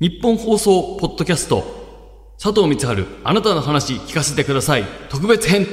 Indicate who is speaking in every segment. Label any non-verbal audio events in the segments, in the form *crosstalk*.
Speaker 1: 日本放送ポッドキャスト佐藤光春あなたの話聞かせてください特別編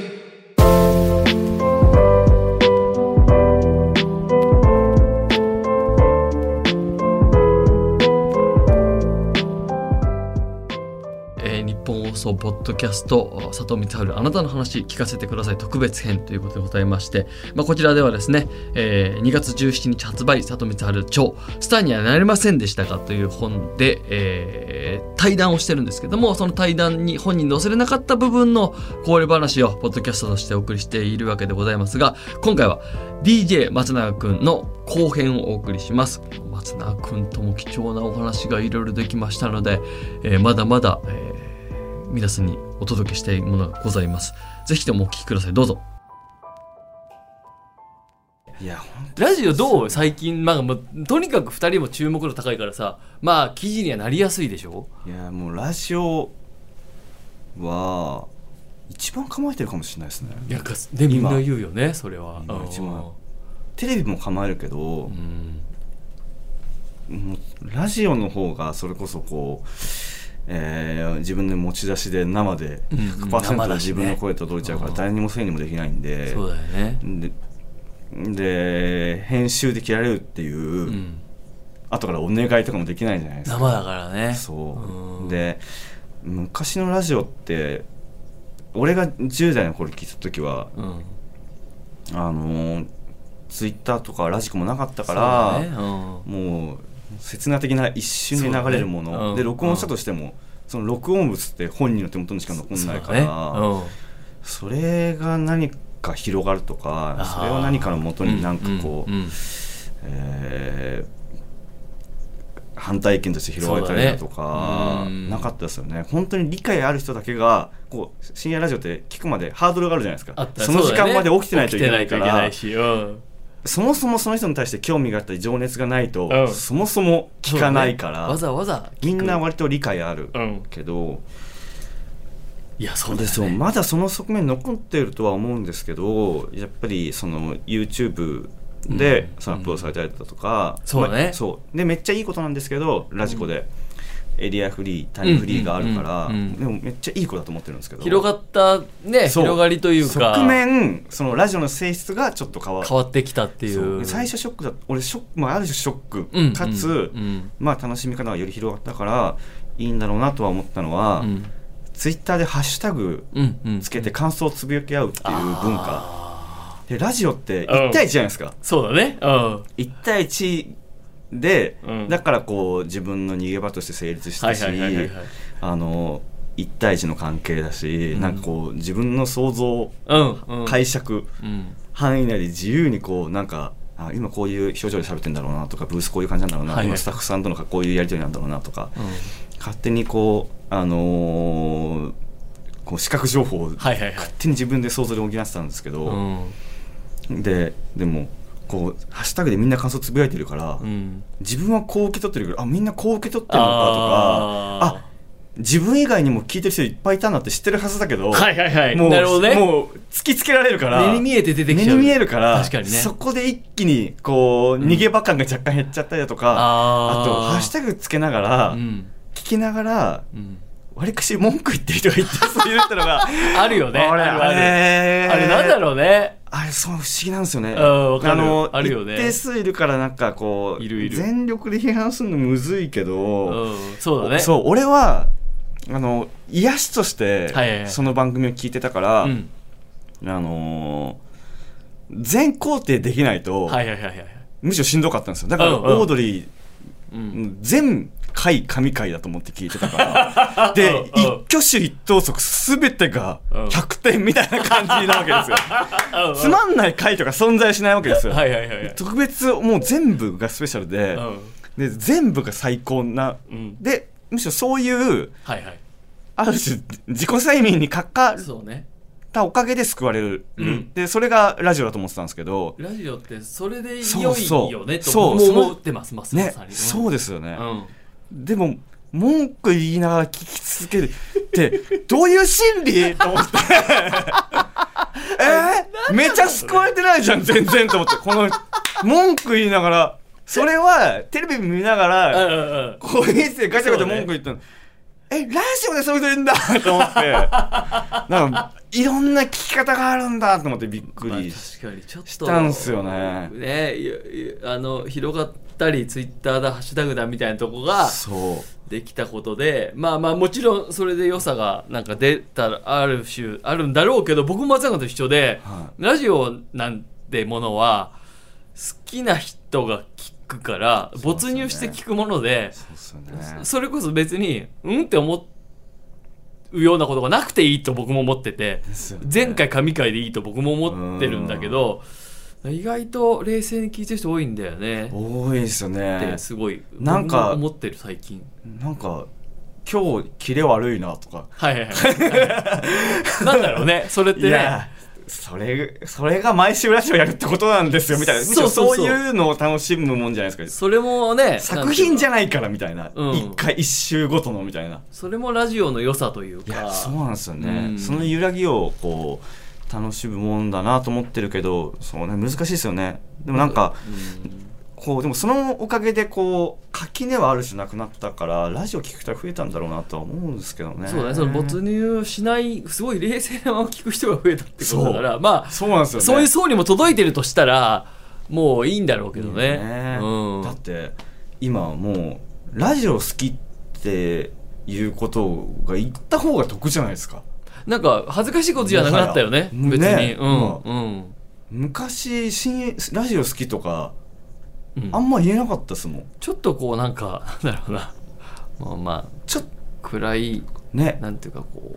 Speaker 1: えー日本放送ポッドキャスト佐藤光春あなたの話聞かせてください特別編ということでございまして、まあ、こちらではですね、えー2月17日発売佐藤光春超スターにはなれませんでしたかという本で、えー対談をしてるんですけどもその対談に本人載せれなかった部分のこぼれ話をポッドキャストとしてお送りしているわけでございますが今回は DJ 松永くんの後編をお送りします松永くんとも貴重なお話がいろいろできましたので、えーまだまだ、えー皆さんにお届けしたいものがございます。ぜひともお聞きください。どうぞ。
Speaker 2: いや、ほん
Speaker 3: ラジオどう最近、まあ、もうとにかく2人も注目度高いからさまあ記事にはなりやすいでしょ
Speaker 2: いやもうラジオは一番構えてるかもしれないですね
Speaker 3: いやかでみん
Speaker 2: 今
Speaker 3: な言うよねそれは
Speaker 2: 今
Speaker 3: うん
Speaker 2: 一番テレビも構えるけど
Speaker 3: う、ん
Speaker 2: もうラジオの方がそれこそこう、えー自分の持ち出しで生で
Speaker 3: うん生
Speaker 2: 100%
Speaker 3: だしね
Speaker 2: 自分の声届いちゃうから
Speaker 3: うん
Speaker 2: 誰にもせいにもできないんで
Speaker 3: そうだよね
Speaker 2: でで編集で切られるっていう、
Speaker 3: うん
Speaker 2: 後からお願いとかもできないじゃないですか
Speaker 3: 生だからね
Speaker 2: そう、
Speaker 3: うん
Speaker 2: で昔のラジオって俺が10代の頃聞いた時は
Speaker 3: うん
Speaker 2: あのーツイッターとかラジコもなかったか
Speaker 3: そう
Speaker 2: ら、
Speaker 3: だねうん
Speaker 2: もう刹那的な一瞬で流れるも
Speaker 3: そうだね
Speaker 2: の、
Speaker 3: うん
Speaker 2: で録音したとしても、その録音物って本人の手元にしか残んないから
Speaker 3: そうだねうん
Speaker 2: そ,、れが何か広がるとか
Speaker 3: あー
Speaker 2: それを何かのもとになんかこう、
Speaker 3: んんん
Speaker 2: えー反対意見として広がったりだと
Speaker 3: そう
Speaker 2: か
Speaker 3: だねうん
Speaker 2: なかったですよね本当に理解ある人だけがこう深夜ラジオって聞くまでハードルがあるじゃないです
Speaker 3: あ
Speaker 2: か
Speaker 3: った
Speaker 2: その時
Speaker 3: うだ
Speaker 2: 間
Speaker 3: ね
Speaker 2: まで起きてないといけないか
Speaker 3: 起きてな
Speaker 2: ら
Speaker 3: いといけないしうん
Speaker 2: そもそもその人に対して興味があったり情熱がないと、
Speaker 3: うん
Speaker 2: そもそも聞かないか
Speaker 3: そうだね
Speaker 2: ら、
Speaker 3: わざわざ
Speaker 2: みんな割と理解ある
Speaker 3: うん
Speaker 2: けど、
Speaker 3: いやそう
Speaker 2: で
Speaker 3: で
Speaker 2: そ
Speaker 3: す
Speaker 2: う
Speaker 3: よね
Speaker 2: まだその側面残ってるとは思うんですけどやっぱりその YouTube で
Speaker 3: うん
Speaker 2: そのアップロードされたりだとか、
Speaker 3: そうだね
Speaker 2: まあそうでめっちゃいいことなんですけどラジコで、エリアフリータイムフリーがあるから、
Speaker 3: うんうんうん
Speaker 2: でもめっちゃいいことだと思ってるんですけど
Speaker 3: 広がったね
Speaker 2: そう
Speaker 3: 広がりというか
Speaker 2: 側面そのラジオの性質がちょっと変わる
Speaker 3: 変わってきたってい
Speaker 2: そう
Speaker 3: う
Speaker 2: 最初ショックだ俺ショック、まあ、ある種ショック、
Speaker 3: うん
Speaker 2: かつ、
Speaker 3: うん
Speaker 2: まあ、楽しみ方がより広がったからいいんだろうなとは思ったのは、
Speaker 3: うん
Speaker 2: ツイッターでハッシュタグ
Speaker 3: うんうん
Speaker 2: つけて感想をつぶやき合うっていう文化、
Speaker 3: あ
Speaker 2: でラジオって
Speaker 3: うん
Speaker 2: 1対1じゃないですか、
Speaker 3: ーそうだねうん
Speaker 2: 1対1で、
Speaker 3: うん
Speaker 2: だからこう自分の逃げ場として成立し
Speaker 3: は
Speaker 2: た
Speaker 3: い
Speaker 2: し
Speaker 3: はいはいはいはい
Speaker 2: あの1対1の関係だし、
Speaker 3: うん
Speaker 2: なんかこう自分の想像
Speaker 3: うんうん
Speaker 2: 解釈
Speaker 3: うん
Speaker 2: 範囲内で自由にこうなんかあ今こういう表情で喋ってんだろうなとかブースこういう感じなんだろうな、
Speaker 3: はいはい
Speaker 2: 今スタッフさんとのこういうやり取りなんだろうなとか、勝手にこうあのーこう視覚情報を
Speaker 3: は
Speaker 2: 勝
Speaker 3: いはいはい
Speaker 2: 手に自分で想像で補ってたんですけど、
Speaker 3: うん
Speaker 2: ででもこうハッシュタグでみんな感想つぶやいてるから、
Speaker 3: うん
Speaker 2: 自分はこう受け取ってるけどあみんなこう受け取ってるのかとかあ
Speaker 3: あ
Speaker 2: 自分以外にも聞いてる人いっぱいいたんだって知ってるはずだけど、
Speaker 3: はいはいはい
Speaker 2: もう
Speaker 3: なるほどね
Speaker 2: もう突きつけられるから
Speaker 3: 目に見えて出てき
Speaker 2: 目
Speaker 3: ちゃ
Speaker 2: に
Speaker 3: う
Speaker 2: 見えるから
Speaker 3: 確かにね
Speaker 2: そこで一気にこう逃げ場感が若干減っちゃったりだとか、
Speaker 3: あ
Speaker 2: あとハッシュ
Speaker 3: タ
Speaker 2: タグつけながら、
Speaker 3: うん
Speaker 2: 聞きながら
Speaker 3: うん
Speaker 2: わりかし文句言ってる人がいてそういう人
Speaker 3: *laughs*
Speaker 2: のが
Speaker 3: あるよね
Speaker 2: あれ
Speaker 3: あるある
Speaker 2: れ
Speaker 3: あれなんだろうね
Speaker 2: あれそう不思議なんですよね。
Speaker 3: うんわかる
Speaker 2: の
Speaker 3: あるよね
Speaker 2: 一定数いるからなんかこう
Speaker 3: いるいる
Speaker 2: 全力で批判するのむずいけ
Speaker 3: う
Speaker 2: ど、
Speaker 3: んそうだね
Speaker 2: そう俺はあの癒しとして
Speaker 3: はいはいはい
Speaker 2: その番組を聞いてたから、
Speaker 3: うん
Speaker 2: あのー全肯定できないと、
Speaker 3: はいはいはいはい
Speaker 2: むしろしんどかったんですよだから
Speaker 3: うんうん
Speaker 2: オードリー、
Speaker 3: うん
Speaker 2: 全回神回だと思って聞いて
Speaker 3: *laughs*
Speaker 2: たからで、
Speaker 3: うんうん
Speaker 2: 一挙手一投足全てが
Speaker 3: うん
Speaker 2: 100点みたいな感じなわけですよ
Speaker 3: あ *laughs* うん
Speaker 2: つまんない回とか存在しないわけですよ、
Speaker 3: はいはいはいはい
Speaker 2: 特別もう全部がスペシャルで,、
Speaker 3: う
Speaker 2: で全部が最高なん
Speaker 3: うん
Speaker 2: でむしろそういう
Speaker 3: はいはい
Speaker 2: ある種自己催眠にかかっ
Speaker 3: そうね
Speaker 2: たおかげで救われる、
Speaker 3: うん
Speaker 2: でそれがラジオだと思ってたんですけど
Speaker 3: ラジオってそれで
Speaker 2: そう
Speaker 3: 良
Speaker 2: そう
Speaker 3: いよねと
Speaker 2: そう
Speaker 3: もう
Speaker 2: そう
Speaker 3: 思ってますますま
Speaker 2: ね
Speaker 3: さに
Speaker 2: そうですよ
Speaker 3: う
Speaker 2: ね、
Speaker 3: ん
Speaker 2: でも文句言いながら聞き続けるってどういう心理と思
Speaker 3: *laughs*
Speaker 2: ってえーめちゃ救われてないじゃん全然と思ってこの文句言いながらそれはテレビ見な
Speaker 3: う
Speaker 2: が
Speaker 3: んう
Speaker 2: ら
Speaker 3: んうん
Speaker 2: こう一生ガチャガチャ文句言ったの、えラジオでそういう人いるんだと思ってなんかいろんな聞き方があるんだと思ってびっく
Speaker 3: まあ
Speaker 2: り
Speaker 3: 確かにちょっと
Speaker 2: したんすよね
Speaker 3: ねいいあの広がったりツイッターだハッシュタグだみたいなとこが
Speaker 2: そう
Speaker 3: できたことでまあまあもちろんそれで良さがなんか出たらある種あるんだろうけど僕も松坂と一緒で、
Speaker 2: は
Speaker 3: ラジオなんてものは好きな人が聞くから
Speaker 2: そうです
Speaker 3: 没
Speaker 2: よね
Speaker 3: 入して聞くもので
Speaker 2: そうっすよね
Speaker 3: それこそ別にうんって思うようなことがなくていいと僕も思ってて
Speaker 2: ですよね
Speaker 3: 前回神回でいいと僕も思ってるんだけど意外と冷静に聞いてる人多いんだよね
Speaker 2: 多いですよ
Speaker 3: って
Speaker 2: ね
Speaker 3: すごい
Speaker 2: なん
Speaker 3: 僕
Speaker 2: か
Speaker 3: も思ってる最近
Speaker 2: なんか今日キレ悪いなとか
Speaker 3: はいはいはい。なんだろうね、それって
Speaker 2: い
Speaker 3: ね。
Speaker 2: やそれそれが毎週ラジオやるってことなんですよみたいなむしろ
Speaker 3: そうそう
Speaker 2: そ
Speaker 3: そう
Speaker 2: ういうのを楽しむもんじゃないですか
Speaker 3: それもね、
Speaker 2: 作品じ
Speaker 3: ゃ。
Speaker 2: ゃないからみたいな
Speaker 3: うん
Speaker 2: 一回一週ごとのみたいな
Speaker 3: それもラジオの良さという
Speaker 2: いや
Speaker 3: か。
Speaker 2: そうなんですよ
Speaker 3: う
Speaker 2: ね
Speaker 3: ん
Speaker 2: その揺らぎをこう楽しむもんだなと思ってるけどそうね難しいですよねでもなんかこうでもそのおかげでこう垣根はある種なくなったからラジオ聞く人が増えたんだろうなとは思うんですけどね
Speaker 3: そうだね、その没入しない、すごい冷静なまま聞く人が増えたってことだから、ま
Speaker 2: そうなんです
Speaker 3: あ、
Speaker 2: よね
Speaker 3: そういう層にも届いてるとしたら、もういいんだろうけどね。
Speaker 2: ね
Speaker 3: うん。
Speaker 2: だって今はもうラジオ好きっていうことが言った方が得じゃないですか
Speaker 3: なんか、恥ずかしいことじゃなくなったよね、
Speaker 2: もは
Speaker 3: 別
Speaker 2: や
Speaker 3: に。
Speaker 2: ね
Speaker 3: うん。
Speaker 2: う
Speaker 3: うん。
Speaker 2: 昔新ラジオ好きとか
Speaker 3: うん
Speaker 2: あんま言えなかったですもん
Speaker 3: ちょっとこう、なんか、 *laughs* なんだろうな。まあまあ、
Speaker 2: ちょっ
Speaker 3: 暗い、
Speaker 2: ね
Speaker 3: なんていうかこう。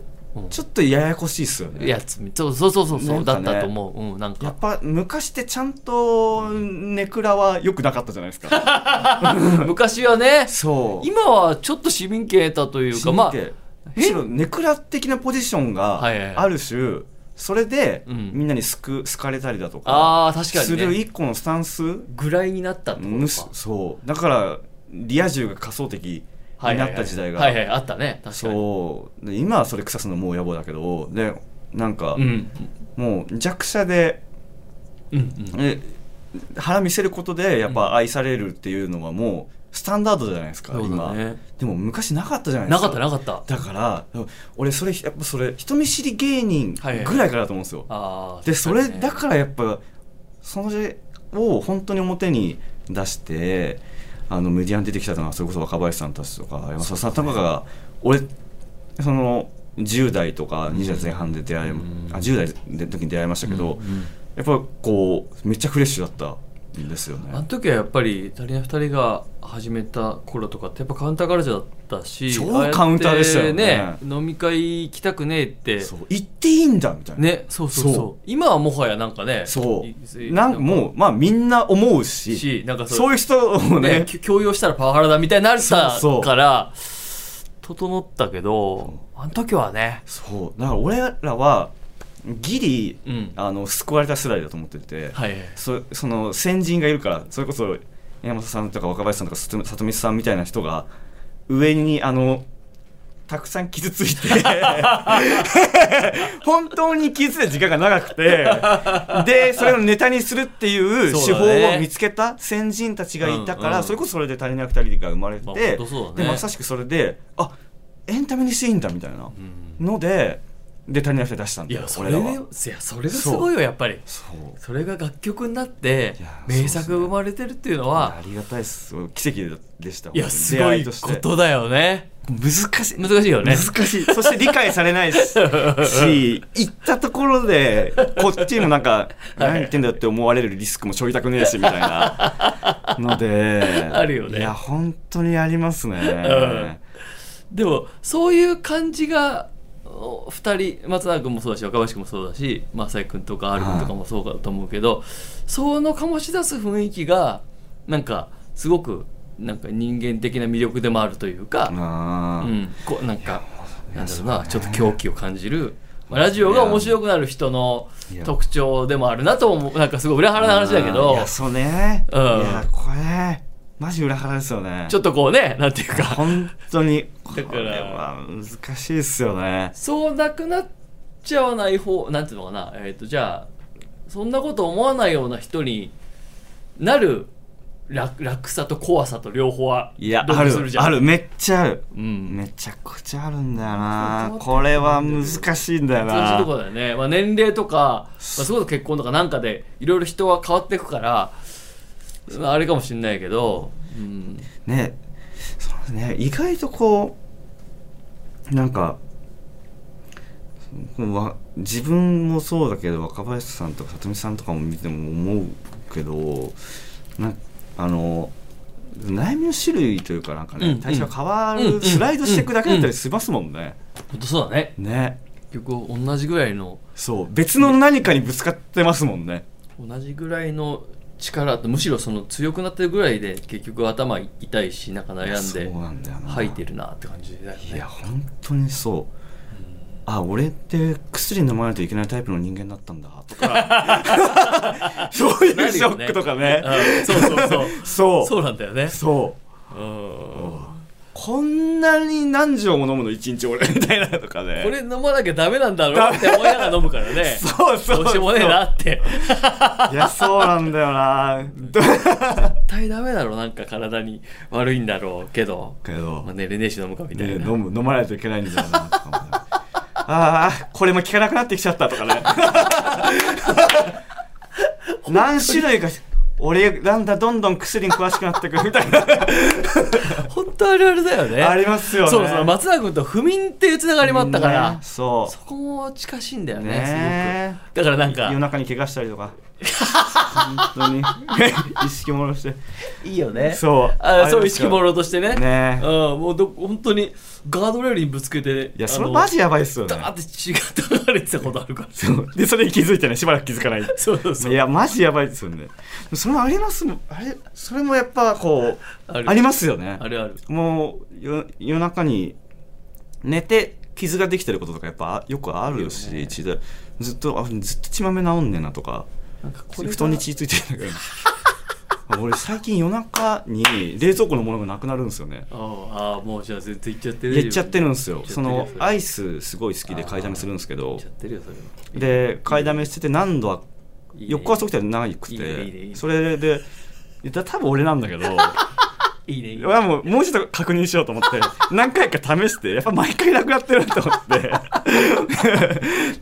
Speaker 3: うん
Speaker 2: ちょっとややこしいっすよね
Speaker 3: やつそうそうそうそう、
Speaker 2: なんか
Speaker 3: だっ
Speaker 2: ね
Speaker 3: たと思う、うん、なん
Speaker 2: や
Speaker 3: か
Speaker 2: っぱ昔ってちゃんとネクラは良くなかったじゃないですか
Speaker 3: *laughs* 昔はね
Speaker 2: そう
Speaker 3: 今はちょっと市民権得たというかまあ
Speaker 2: 神経むしろネクラ的なポジション
Speaker 3: はいはいはい
Speaker 2: がある種それで
Speaker 3: うん
Speaker 2: みんなにすく好かれたりだとか
Speaker 3: あー確か
Speaker 2: す
Speaker 3: に、ね、
Speaker 2: る一個のスタンス
Speaker 3: ぐらいになったってこと
Speaker 2: むす
Speaker 3: か
Speaker 2: そうだからリア充が仮想的
Speaker 3: はい
Speaker 2: に
Speaker 3: は
Speaker 2: ない
Speaker 3: はい
Speaker 2: った時代が、
Speaker 3: はいはいあったね確かに
Speaker 2: そうで今はそれ腐すのもう野暮だけどでなんか、
Speaker 3: ん
Speaker 2: もう弱者で
Speaker 3: うんうん
Speaker 2: え腹見せることでやっぱ愛されるっていうのはもうスタンダードじゃないですか、
Speaker 3: そうだ
Speaker 2: 今
Speaker 3: ね
Speaker 2: でも昔なかったじゃないで
Speaker 3: な
Speaker 2: すか
Speaker 3: かったなかった
Speaker 2: だから俺それやっぱそれ人見知り芸人ぐらいからだと思うんですよ、
Speaker 3: あー
Speaker 2: でそれ
Speaker 3: 確
Speaker 2: だ
Speaker 3: か
Speaker 2: からやっぱその字を本当に表に出してあのメディアに出てきたのはそれこそ若林さんたちとか山里さんとかが俺その10代とか20代前半で出会い、あ10代の時に出会いましたけど、やっぱこうめっちゃフレッシュだったんですよ
Speaker 3: にあの
Speaker 2: ね。
Speaker 3: 時はやっぱりイタリア2人が始めた頃とかってやっぱカウンターカルチャーだったし
Speaker 2: 超
Speaker 3: ああやって
Speaker 2: カウンターでしたよね
Speaker 3: 飲み会行きたくねえって
Speaker 2: そう行っていいんだみたいな、
Speaker 3: ねそうそうそう
Speaker 2: そう
Speaker 3: 今はもはやなんかね
Speaker 2: そう
Speaker 3: い
Speaker 2: なんかもうまあみんな思うし
Speaker 3: しなんかそう
Speaker 2: そういう人を
Speaker 3: ね
Speaker 2: ね、
Speaker 3: き強要したらパワハラだみたいになるさ
Speaker 2: そうそう
Speaker 3: から整ったけどあの時はね
Speaker 2: そうだから俺らはギリ、
Speaker 3: うん
Speaker 2: あの救われた世代だと思ってて、
Speaker 3: はいはい
Speaker 2: そその先人がいるからそれこそ山本さんとか若林さんとかさと里光さんみたいな人が上にあのたくさん傷ついて *laughs* 本当に傷ついた時間が長くてでそれをネタにするっていう
Speaker 3: そ
Speaker 2: 手
Speaker 3: うだね
Speaker 2: 法を見つけた先人たちがいたから、
Speaker 3: うんうん
Speaker 2: それこそそれで足りない二人が生まれて、
Speaker 3: まあ本当そうだね
Speaker 2: でまさしくそれであエンタメにしていいんだみたいなので、で足りない人出したん
Speaker 3: い
Speaker 2: だよ
Speaker 3: やそ
Speaker 2: 俺
Speaker 3: れ
Speaker 2: ら
Speaker 3: で
Speaker 2: はい
Speaker 3: やそれがすごいよやっぱり
Speaker 2: そう
Speaker 3: それが楽曲になって
Speaker 2: いや
Speaker 3: 名作が生まれてるっていうの
Speaker 2: いや
Speaker 3: は
Speaker 2: ありがたいです奇跡でした
Speaker 3: いや
Speaker 2: 本当に
Speaker 3: す
Speaker 2: 出
Speaker 3: ご
Speaker 2: 会
Speaker 3: い
Speaker 2: として
Speaker 3: ことだよね
Speaker 2: 難しい、
Speaker 3: 難しいよね
Speaker 2: 難しいそして理解されない
Speaker 3: *laughs*
Speaker 2: しし行ったところでこっちに
Speaker 3: *laughs*
Speaker 2: もなんか何言ってんだよって思われるリスクも背負いたくねえしみたいな
Speaker 3: *laughs*
Speaker 2: ので
Speaker 3: あるよね
Speaker 2: いや本当にありますね、
Speaker 3: んでもそういう感じがお二人松永君もそうだし若林君もそうだし正く君とか R 君とかもそうだと思うけど、その醸し出す雰囲気がなんかすごくなんか人間的な魅力でもあるというか、
Speaker 2: あ
Speaker 3: う
Speaker 2: ー
Speaker 3: ん、こうなんかなんだろうなちょっと狂気を感じる。まあラジオが面白くなる人の
Speaker 2: いや
Speaker 3: 特徴でもあるなと思うなんかすごい裏腹な話だけ
Speaker 2: い
Speaker 3: ど
Speaker 2: やそうね、
Speaker 3: うん
Speaker 2: いやこれマジ裏腹ですよね
Speaker 3: ちょっとこうねなんていうか
Speaker 2: 本当にこ
Speaker 3: だ
Speaker 2: れ
Speaker 3: から
Speaker 2: は難しいですよね
Speaker 3: そうなくなっちゃわない方なんていうのかなえっ、とじゃあそんなこと思わないような人になる楽楽さと怖さと両方はい
Speaker 2: や
Speaker 3: 同
Speaker 2: あ
Speaker 3: 居
Speaker 2: る
Speaker 3: するじゃん
Speaker 2: あるめっちゃある、
Speaker 3: うん
Speaker 2: めちゃくちゃあるんだよな
Speaker 3: そう
Speaker 2: これは難しいんだよ
Speaker 3: 難しいとこ
Speaker 2: な
Speaker 3: だよね、まあ、年齢とか、まあ、それこそ結婚とかなんかでいろいろ人は変わっていくから、まあ、あれかもしれないけど、うん、
Speaker 2: ねそうね意外とこうなんかこうわ自分もそうだけど若林さんとか里見さんとかも見ても思うけどなんあの悩みの種類というかなんか
Speaker 3: うんう
Speaker 2: ね
Speaker 3: ん
Speaker 2: 体調変わ
Speaker 3: うんうん
Speaker 2: るスライドしていくだけだったりしますもんね。
Speaker 3: 本当そうだね
Speaker 2: ね
Speaker 3: 結局同じぐらいの
Speaker 2: そう別の何かにぶつかってますもんね。
Speaker 3: 同じぐらいの力とむしろその強くなってるぐらいで結局頭痛いしなんか悩んで
Speaker 2: そうなんだよな
Speaker 3: 吐いてるなって感じだよ
Speaker 2: いや
Speaker 3: ね
Speaker 2: 本当にそうあ俺って薬飲まないといけないタイプの人間だった
Speaker 3: *laughs*
Speaker 2: んだとかそう
Speaker 3: な
Speaker 2: いう
Speaker 3: る
Speaker 2: ショ
Speaker 3: よね
Speaker 2: ックとかね
Speaker 3: うんそうそうそう
Speaker 2: そう
Speaker 3: そ
Speaker 2: そう
Speaker 3: うなんだよねうん
Speaker 2: こんなに何錠も飲むの一日俺みたいなとかね
Speaker 3: これ飲まなきゃダメなんだろうって思いながら飲むからね
Speaker 2: そうそうそう
Speaker 3: どうしようもねえなって
Speaker 2: いやそうなんだよなどう
Speaker 3: 絶対ダメだろうなんか体に悪いんだろうけど、
Speaker 2: けど
Speaker 3: まあ、寝れねえし飲むかみた
Speaker 2: ね
Speaker 3: いな、
Speaker 2: 飲む飲まないといけないんだよなとかもねああこれも効かなくなってきちゃったとかね *laughs* 何種類か俺なんだどんどん薬に詳しくなってくるみたいな
Speaker 3: 本当あるあるだよね
Speaker 2: ありますよね
Speaker 3: そうそう松永君と不眠っていうつながりもあったから、
Speaker 2: ねそ
Speaker 3: そこも近しいんだよ
Speaker 2: う
Speaker 3: ね
Speaker 2: ね
Speaker 3: すごくだからなん
Speaker 2: え夜
Speaker 3: か
Speaker 2: 中に怪我したりと
Speaker 3: *laughs*
Speaker 2: か本当に *laughs* 意識もろして
Speaker 3: いいよね
Speaker 2: そう
Speaker 3: あ
Speaker 2: あ
Speaker 3: そう
Speaker 2: れで
Speaker 3: 意
Speaker 2: す
Speaker 3: 識
Speaker 2: よ
Speaker 3: もろうとしてね
Speaker 2: ね
Speaker 3: うん、もうど本当にガードレールにぶつけて
Speaker 2: いやそ
Speaker 3: あ
Speaker 2: れ
Speaker 3: の
Speaker 2: マジやばいっすよね
Speaker 3: ダーって血が流れてたことあるから
Speaker 2: そうでそれに気づいてねしばらく気づかない
Speaker 3: *laughs* そうそうそう
Speaker 2: いやマジやばいですよねそれもありますもんあれそれもやっぱこう
Speaker 3: あ
Speaker 2: あ
Speaker 3: る
Speaker 2: りますよね
Speaker 3: あるある
Speaker 2: もうよ夜中に寝て傷ができてることとかやっぱよくあるし、血でずっとあずっと血まめ治んねえなとか
Speaker 3: なんかこれが
Speaker 2: 布団に血ついてるんだけど *laughs* 俺最近夜中に冷蔵庫のものがなくなるんですよね
Speaker 3: ああもうじゃあ全然いっちゃってるよ
Speaker 2: 言っちゃってるんですよそのア
Speaker 3: い
Speaker 2: イスすごい好きで買いだめするんですけ
Speaker 3: 言
Speaker 2: ど
Speaker 3: っちゃってるよそれは
Speaker 2: で買いだめしてて何度は翌朝起き
Speaker 3: た
Speaker 2: たらないくて
Speaker 3: いいねいいねいいね
Speaker 2: それでだ多分俺なんだけ
Speaker 3: *laughs*
Speaker 2: ど
Speaker 3: いいねいいね
Speaker 2: 俺はもうもう一度確認しようと思って何回か試してやっぱ毎回なくなって *laughs* るなと思って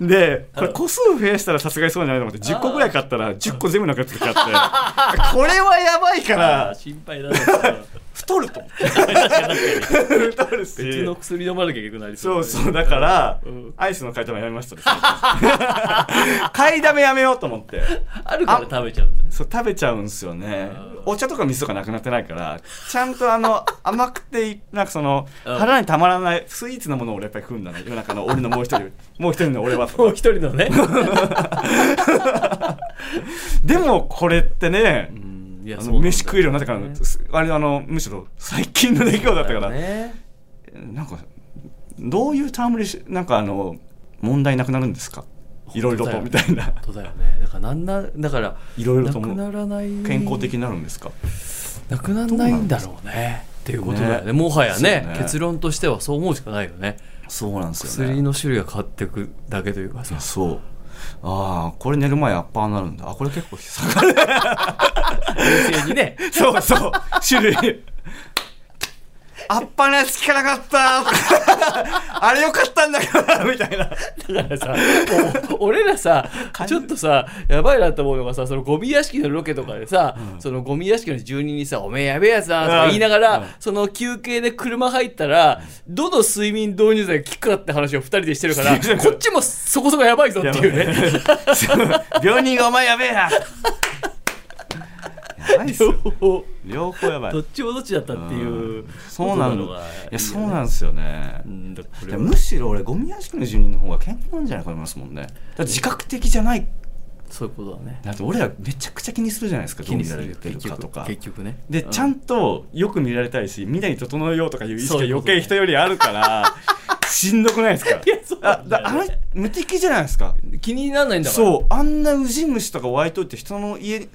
Speaker 2: でこれ個数増やしたらさすがにそうじゃないと思って10個ぐらい買ったら10個全部なくなってきちゃって
Speaker 3: *laughs*
Speaker 2: これはやばいか
Speaker 3: あー
Speaker 2: ら
Speaker 3: 心配だな
Speaker 2: 太ると思って *laughs* 太るし
Speaker 3: 別の薬飲まなきゃいけなくなり
Speaker 2: そう
Speaker 3: だね
Speaker 2: そうだから、
Speaker 3: うん
Speaker 2: アイスの買いだめやめましたで
Speaker 3: *laughs*
Speaker 2: すね買いだめやめようと思って
Speaker 3: あるから食べちゃうんだよ
Speaker 2: そう食べちゃうんですよねお茶とか水とかなくなってないからちゃんと
Speaker 3: *laughs*
Speaker 2: あの甘くていなんかその
Speaker 3: うん
Speaker 2: 腹にたまらないスイーツのものを俺やっぱり食うんだね夜中の俺のもう一人もう一人の俺は
Speaker 3: もう一人のね
Speaker 2: でもこれってね
Speaker 3: うんい
Speaker 2: あ
Speaker 3: や
Speaker 2: の飯食えるようになってから、
Speaker 3: ね
Speaker 2: あれあのむしろ最近の出来事だったから、
Speaker 3: ね
Speaker 2: なんかどういうタームでしなんかあの問題なくなるんですかいろいろと
Speaker 3: 本
Speaker 2: み
Speaker 3: 当
Speaker 2: たいな
Speaker 3: そうだよねだからなんなだから
Speaker 2: いろいろ
Speaker 3: な
Speaker 2: と
Speaker 3: く
Speaker 2: も
Speaker 3: ならない
Speaker 2: 健康的になるんですか
Speaker 3: なくならないんだろうねっていうことだよね
Speaker 2: ね
Speaker 3: もはやね
Speaker 2: そうね
Speaker 3: 結論としてはそう思うしかないよね
Speaker 2: そうなんです
Speaker 3: 薬の種類が変わっていくだけというか
Speaker 2: い
Speaker 3: さ
Speaker 2: やそうああこれ寝る前アッパーになるんだあこれ結構下がる
Speaker 3: 冷静にね *laughs*
Speaker 2: そうそう種類アッパーのやつ聞かなかった *laughs* あれよかったんだけどなみたいな
Speaker 3: だからさもう *laughs* 俺らさちょっとさやばいなと思うのがさそのゴミ屋敷のロケとかでさ、そのゴミ屋敷の住人にさ「おめえやべえやつだな」とか言いながら、
Speaker 2: うん
Speaker 3: その休憩で車入ったらどの睡眠導入剤が効くかって話を2人でしてるから
Speaker 2: してる
Speaker 3: こっちもそこそこやばいぞっていうね
Speaker 2: *laughs* 病人がお前やべえなや
Speaker 3: *laughs*
Speaker 2: ばいっす
Speaker 3: 両
Speaker 2: よ
Speaker 3: 方
Speaker 2: 両方やばい
Speaker 3: どっちもどっちだったっていう、
Speaker 2: そうなん
Speaker 3: こと
Speaker 2: い
Speaker 3: が
Speaker 2: やそうなんですよね
Speaker 3: うんだからこ
Speaker 2: い
Speaker 3: れ
Speaker 2: や
Speaker 3: は
Speaker 2: むしろ俺ゴミ屋敷の住人の方が健康なんじゃないかと思いますもんねだって自覚的じゃない
Speaker 3: そういうことだね
Speaker 2: だって俺らめちゃくちゃ気にするじゃないですか
Speaker 3: 気にする
Speaker 2: どう見
Speaker 3: よ
Speaker 2: られ
Speaker 3: 結
Speaker 2: てるかと
Speaker 3: 局
Speaker 2: か
Speaker 3: 結局ね
Speaker 2: でちゃんとよく見られたいしみんなに整えようとかいう意識
Speaker 3: そう
Speaker 2: が
Speaker 3: いうこ
Speaker 2: 余
Speaker 3: とね
Speaker 2: 計人よりあるから
Speaker 3: *laughs*
Speaker 2: しんどくないですか
Speaker 3: そうな
Speaker 2: あ
Speaker 3: んだよ
Speaker 2: だあれ無敵じゃないですか
Speaker 3: 気にならないんだから
Speaker 2: そうあんなウジ虫とか湧いといて人の家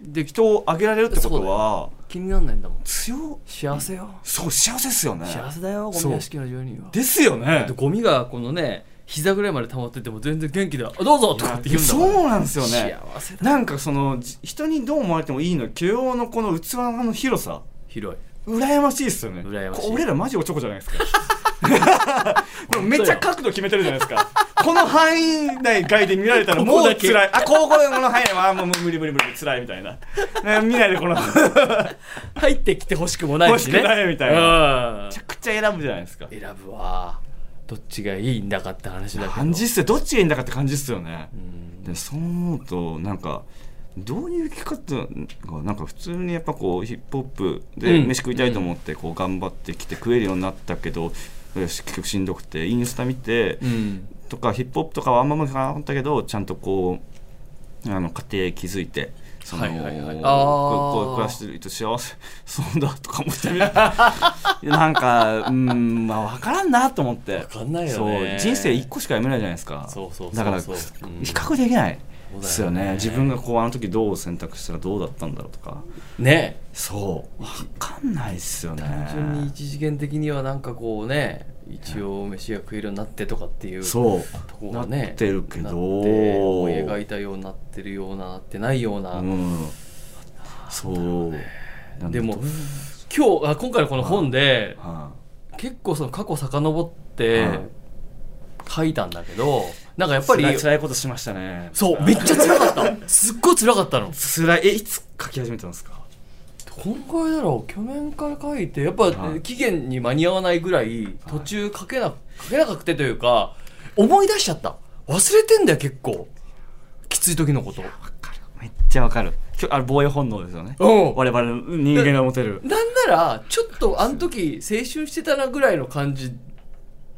Speaker 2: で人をあげられるってことは
Speaker 3: 気にならないんだもん
Speaker 2: 強
Speaker 3: 幸せよ
Speaker 2: そう幸せですよね
Speaker 3: 幸せだよゴミ屋敷の住人は
Speaker 2: ですよね
Speaker 3: でゴミがこのね膝ぐらいまで溜まってても全然元気で「あどうぞ!」とかって言うんだもん
Speaker 2: そうなんですよね
Speaker 3: 幸せだ
Speaker 2: なんかそのじ人にどう思われてもいいの許容のこの器の広さ
Speaker 3: 広い
Speaker 2: 羨ましいですよね
Speaker 3: 羨ましい
Speaker 2: これ俺らマジおちょこじゃないですか *laughs* これめっちゃ角度決めてるじゃないですかこの範囲内外で見られたらも
Speaker 3: ここ
Speaker 2: う
Speaker 3: だけ
Speaker 2: 辛いあここでこの範囲内はあもう無理無理無理辛いみたいな、ね、見ないでこの
Speaker 3: 入ってきてほしくもないしね
Speaker 2: 欲しくないみたい
Speaker 3: な
Speaker 2: めちゃくちゃ選ぶじゃないですか
Speaker 3: 選ぶわどっちがいいんだかって話だけど
Speaker 2: 感じっすよどっちがいいんだかって感じっすよね
Speaker 3: うん
Speaker 2: でそう思うとなんかどういう生き方がなんか普通にやっぱこうヒップホップで
Speaker 3: うん
Speaker 2: 飯食いたいと思ってこう頑張ってきて食えるようになったけど、結局しんどくてインスタ見て
Speaker 3: うん
Speaker 2: とかヒップホップとかはあんま向かなかったけどちゃんとこうあの家庭築いて。その
Speaker 3: はいはいはい
Speaker 2: こう
Speaker 3: あー
Speaker 2: こう暮らしてると幸せ *laughs* そうだとか思ってみる *laughs* なんかうんまあ分からんなと思って
Speaker 3: 分かんないよね
Speaker 2: そう人生一個しか読めないじゃないですか
Speaker 3: そうそうそうそう
Speaker 2: だから
Speaker 3: うん
Speaker 2: 比較できないですよ
Speaker 3: そう
Speaker 2: ね
Speaker 3: だよね
Speaker 2: 自分がこうあの時どう選択したらどうだったんだろうとか
Speaker 3: ね
Speaker 2: そう分かんないっすよね
Speaker 3: 単純に一次元的にはなんかこうね一応飯が食えるようになってとかっていう
Speaker 2: そう
Speaker 3: とこがね
Speaker 2: なってるけど
Speaker 3: なって思い描いたようになってるようななってないような、
Speaker 2: うんそうなんだ
Speaker 3: でも今日あ今回のこの本で
Speaker 2: は
Speaker 3: 結構その過去遡って
Speaker 2: はい
Speaker 3: 書いたんだけど、なんか
Speaker 2: い
Speaker 3: やっぱり
Speaker 2: 辛いことしましたね
Speaker 3: そうめっちゃ辛かったすっごい辛かったの
Speaker 2: 辛いえいつ書き始めたんですか
Speaker 3: こんぐらいだろう去年から書いてやっぱ、
Speaker 2: はい
Speaker 3: 期限に間に合わないぐらい途中書けな,、書けなくてというか思い出しちゃった忘れてんだよ結構きつい時のこと
Speaker 2: めっちゃわかるきょあれ防衛本能ですよね
Speaker 3: うん
Speaker 2: 我々人間が持てる
Speaker 3: なんならちょっとあの時青春してたなぐらいの感じ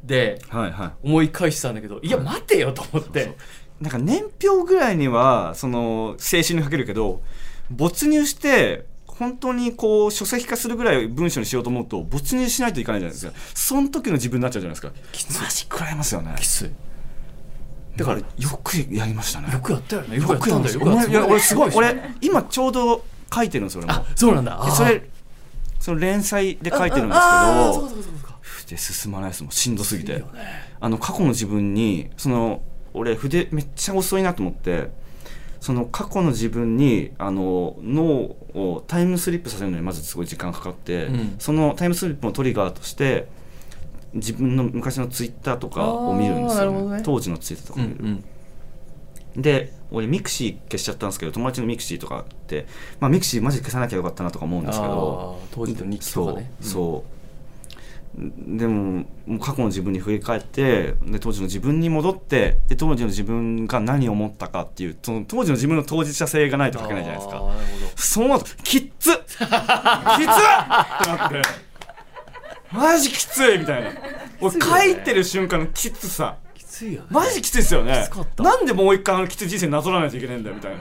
Speaker 3: で
Speaker 2: はいはい
Speaker 3: 思い返してたんだけどいや待てよと思って
Speaker 2: なんか年表ぐらいにはその青春にかけるけど没入して本当にこう書籍化するぐらい文章にしようと思うと没入しないといかないじゃないですかその時の自分になっちゃうじゃないですかきつマジ食らいますよね
Speaker 3: きつい
Speaker 2: だからよくやりましたね
Speaker 3: よくやったよねよくやったんだよよ
Speaker 2: よくやりましたお前いや俺すごい
Speaker 3: よくやった
Speaker 2: 俺今ちょうど書いてるんですよ俺も
Speaker 3: あそうなんだあー
Speaker 2: それその連載で書いてるんですけ
Speaker 3: あーそう
Speaker 2: ど
Speaker 3: かそうかそうかそうか
Speaker 2: で進まないですもんしんどすぎ
Speaker 3: いい
Speaker 2: て
Speaker 3: よね
Speaker 2: あの過去の自分にその俺筆めっちゃ遅いなと思ってその過去の自分にあの脳をタイムスリップさせるのにまずすごい時間かかって、
Speaker 3: うん
Speaker 2: そのタイムスリップのトリガーとして自分の昔のツイッターとかを見るんです
Speaker 3: あーなる
Speaker 2: よ
Speaker 3: ほど
Speaker 2: ね
Speaker 3: ね
Speaker 2: 当時のツイッターとか
Speaker 3: う
Speaker 2: を
Speaker 3: ん
Speaker 2: 見る、
Speaker 3: うん
Speaker 2: で俺ミクシー消しちゃったんですけど友達のミクシーとかあって、まあ、ミクシーマジで消さなきゃよかったなとか思うんですけど
Speaker 3: あー当時の日記とかね
Speaker 2: そうそう、でももう過去の自分に振り返ってで当時の自分に戻ってで当時の自分が何を思ったかっていうその当時の自分の当事者性がないと書けないじゃないです
Speaker 3: あー
Speaker 2: か
Speaker 3: なるほど
Speaker 2: そう思うときっ
Speaker 3: *laughs*
Speaker 2: つきつっってなってマジきついみたいな
Speaker 3: きつ
Speaker 2: 俺
Speaker 3: いよね
Speaker 2: 書いてる瞬間のきつさ
Speaker 3: きついよね
Speaker 2: マジきついですよね
Speaker 3: きつかった
Speaker 2: なんでもう一回あのきつい人生なぞらないといけないんだよみたいな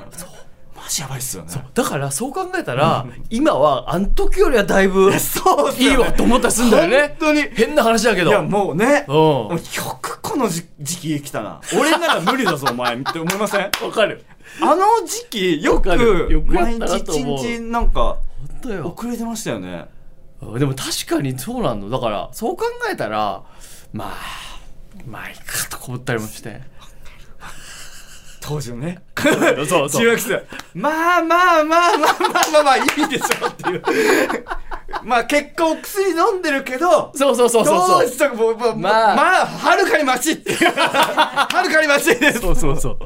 Speaker 2: マジやばいっすよね
Speaker 3: だからそう考えたら今はあの時よりはだい *laughs* ぶ
Speaker 2: そうっす
Speaker 3: い
Speaker 2: よ
Speaker 3: い
Speaker 2: ね
Speaker 3: わと思ったりすんだよね
Speaker 2: 本当にい
Speaker 3: 変な話だけど
Speaker 2: やもうねも
Speaker 3: う
Speaker 2: うよくこの時時期生きたな俺なら無理だぞお前って思いません
Speaker 3: んわかる
Speaker 2: あの時期よく
Speaker 3: わかるよくや
Speaker 2: 毎
Speaker 3: った
Speaker 2: 日
Speaker 3: なと
Speaker 2: 一
Speaker 3: 思う
Speaker 2: 日なんか
Speaker 3: 本当よ
Speaker 2: 遅れてましたよね
Speaker 3: でも確かにそうなんのだからそう考えたらまあまあいいかとか思ったりもして
Speaker 2: 当時のね
Speaker 3: *laughs* そう
Speaker 2: 中学生まあまあまあまあまあまあまあいいでしょっていうまあ結果お薬飲んでるけど
Speaker 3: そうそうそうそう
Speaker 2: ど
Speaker 3: そう
Speaker 2: うしたかもうまあ、
Speaker 3: ま
Speaker 2: ま
Speaker 3: あ
Speaker 2: あ、はるかにマシっていうはるかにマシです
Speaker 3: そうそうそう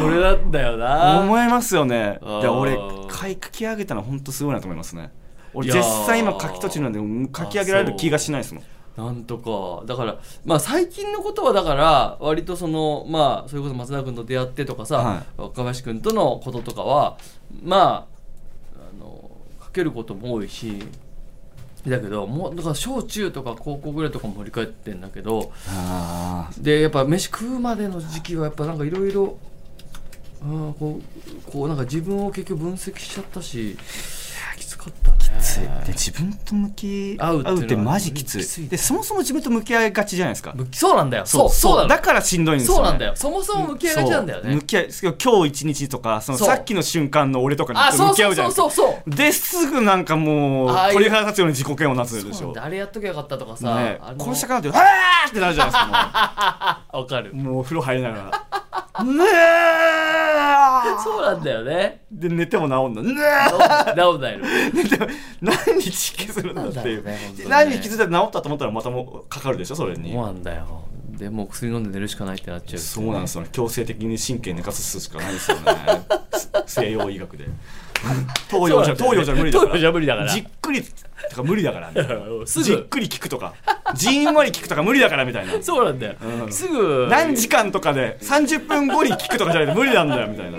Speaker 3: それなんだよな
Speaker 2: 思いますよね
Speaker 3: あー
Speaker 2: いや俺書い書き上げたの本当すごいなと思いますね俺
Speaker 3: いやー
Speaker 2: 実際今書き途中なんでうん書き上げられる気がしないですもん
Speaker 3: なんとかだからまあ最近のことはだから割とそのまあそれこそ松田君と出会ってとかさ、
Speaker 2: は
Speaker 3: 若林君とのこととかはまああの書けることも多いしだけどもうだから小中とか高校ぐらいとかも振り返ってんだけど
Speaker 2: あ
Speaker 3: でやっぱ飯食うまでの時期はやっぱなんかいろいろあーこうこうなんか自分を結局分析しちゃったしきつかったねきつ
Speaker 2: ついで自分と向き合
Speaker 3: 合うっていうのは
Speaker 2: うってマジきつい
Speaker 3: きつい
Speaker 2: でそもそも自分と向き合いがちじゃないですか
Speaker 3: むそうなんだよそうそう
Speaker 2: だ
Speaker 3: だ
Speaker 2: からしんどいんですよ、
Speaker 3: そ
Speaker 2: ね、
Speaker 3: うなんだよそもそも向き合いがちなんだよ
Speaker 2: そう
Speaker 3: ね
Speaker 2: 向き合い今日一日とかその
Speaker 3: そう
Speaker 2: さっきの瞬間の俺とかに
Speaker 3: あそ
Speaker 2: 向
Speaker 3: う
Speaker 2: き合
Speaker 3: そう
Speaker 2: うじゃ
Speaker 3: そう
Speaker 2: ないですか
Speaker 3: そうそう
Speaker 2: ですぐなんかもう
Speaker 3: ああいう
Speaker 2: 鳥肌立つように自己嫌悪なすでし
Speaker 3: そうな
Speaker 2: ょ
Speaker 3: んだあれやっときゃよかったとかさ、
Speaker 2: ね
Speaker 3: あの
Speaker 2: 殺したからって「あー!」ってなるじゃないですか
Speaker 3: あわかる
Speaker 2: もうもうお風呂入りながら「ねー!
Speaker 3: そうなんだよ *laughs* ね」
Speaker 2: で寝ても治んの「ね
Speaker 3: なおないの
Speaker 2: ー!」寝ても何日気づるんだっていう
Speaker 3: なんだろうね本当にね
Speaker 2: 何日気づいたら治ったと思ったらまたもうかかるでしょそれに
Speaker 3: そうなんだよでもう薬飲んで寝るしかないってなっちゃう
Speaker 2: そうなんですよね強制的に神経寝かすしかないですよねす西洋医学で東洋じゃ
Speaker 3: そう
Speaker 2: 東
Speaker 3: なんだよね
Speaker 2: 洋じゃ無理だから
Speaker 3: 東洋じゃ無理だから
Speaker 2: じっくりとか無理だからみたいな
Speaker 3: すぐ
Speaker 2: じっくり聞くとかじんわり聞くとか無理だからみたいな
Speaker 3: そうなんだよ、
Speaker 2: うん
Speaker 3: すぐ
Speaker 2: 何時間とかで30分後に聞くとかじゃないと無理なんだよみたいな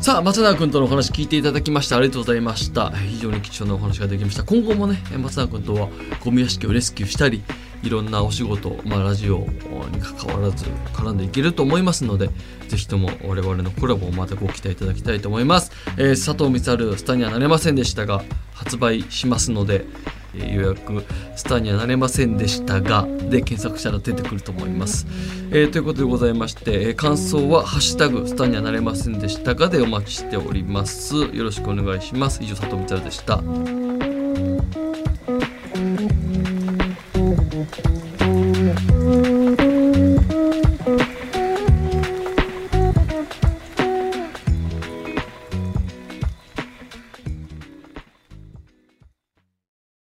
Speaker 1: さあ松永君とのお話聞いていただきましたありがとうございましたえー非常に貴重なお話ができました今後もねえー松永君とはゴミ屋敷をレスキューしたりいろんなお仕事、まあ、ラジオに関わらず絡んでいけると思いますのでぜひとも我々のコラボをまたご期待いただきたいと思います、えー佐藤光スターにはなれませんでしたが発売しますのでえー予約スターにはなれませんでしたがで検索したら出てくると思います、えーということでございまして、えー感想は「ハッシュタグスターにはなれませんでしたが」でお待ちしておりますよろしくお願いします以上佐藤光でした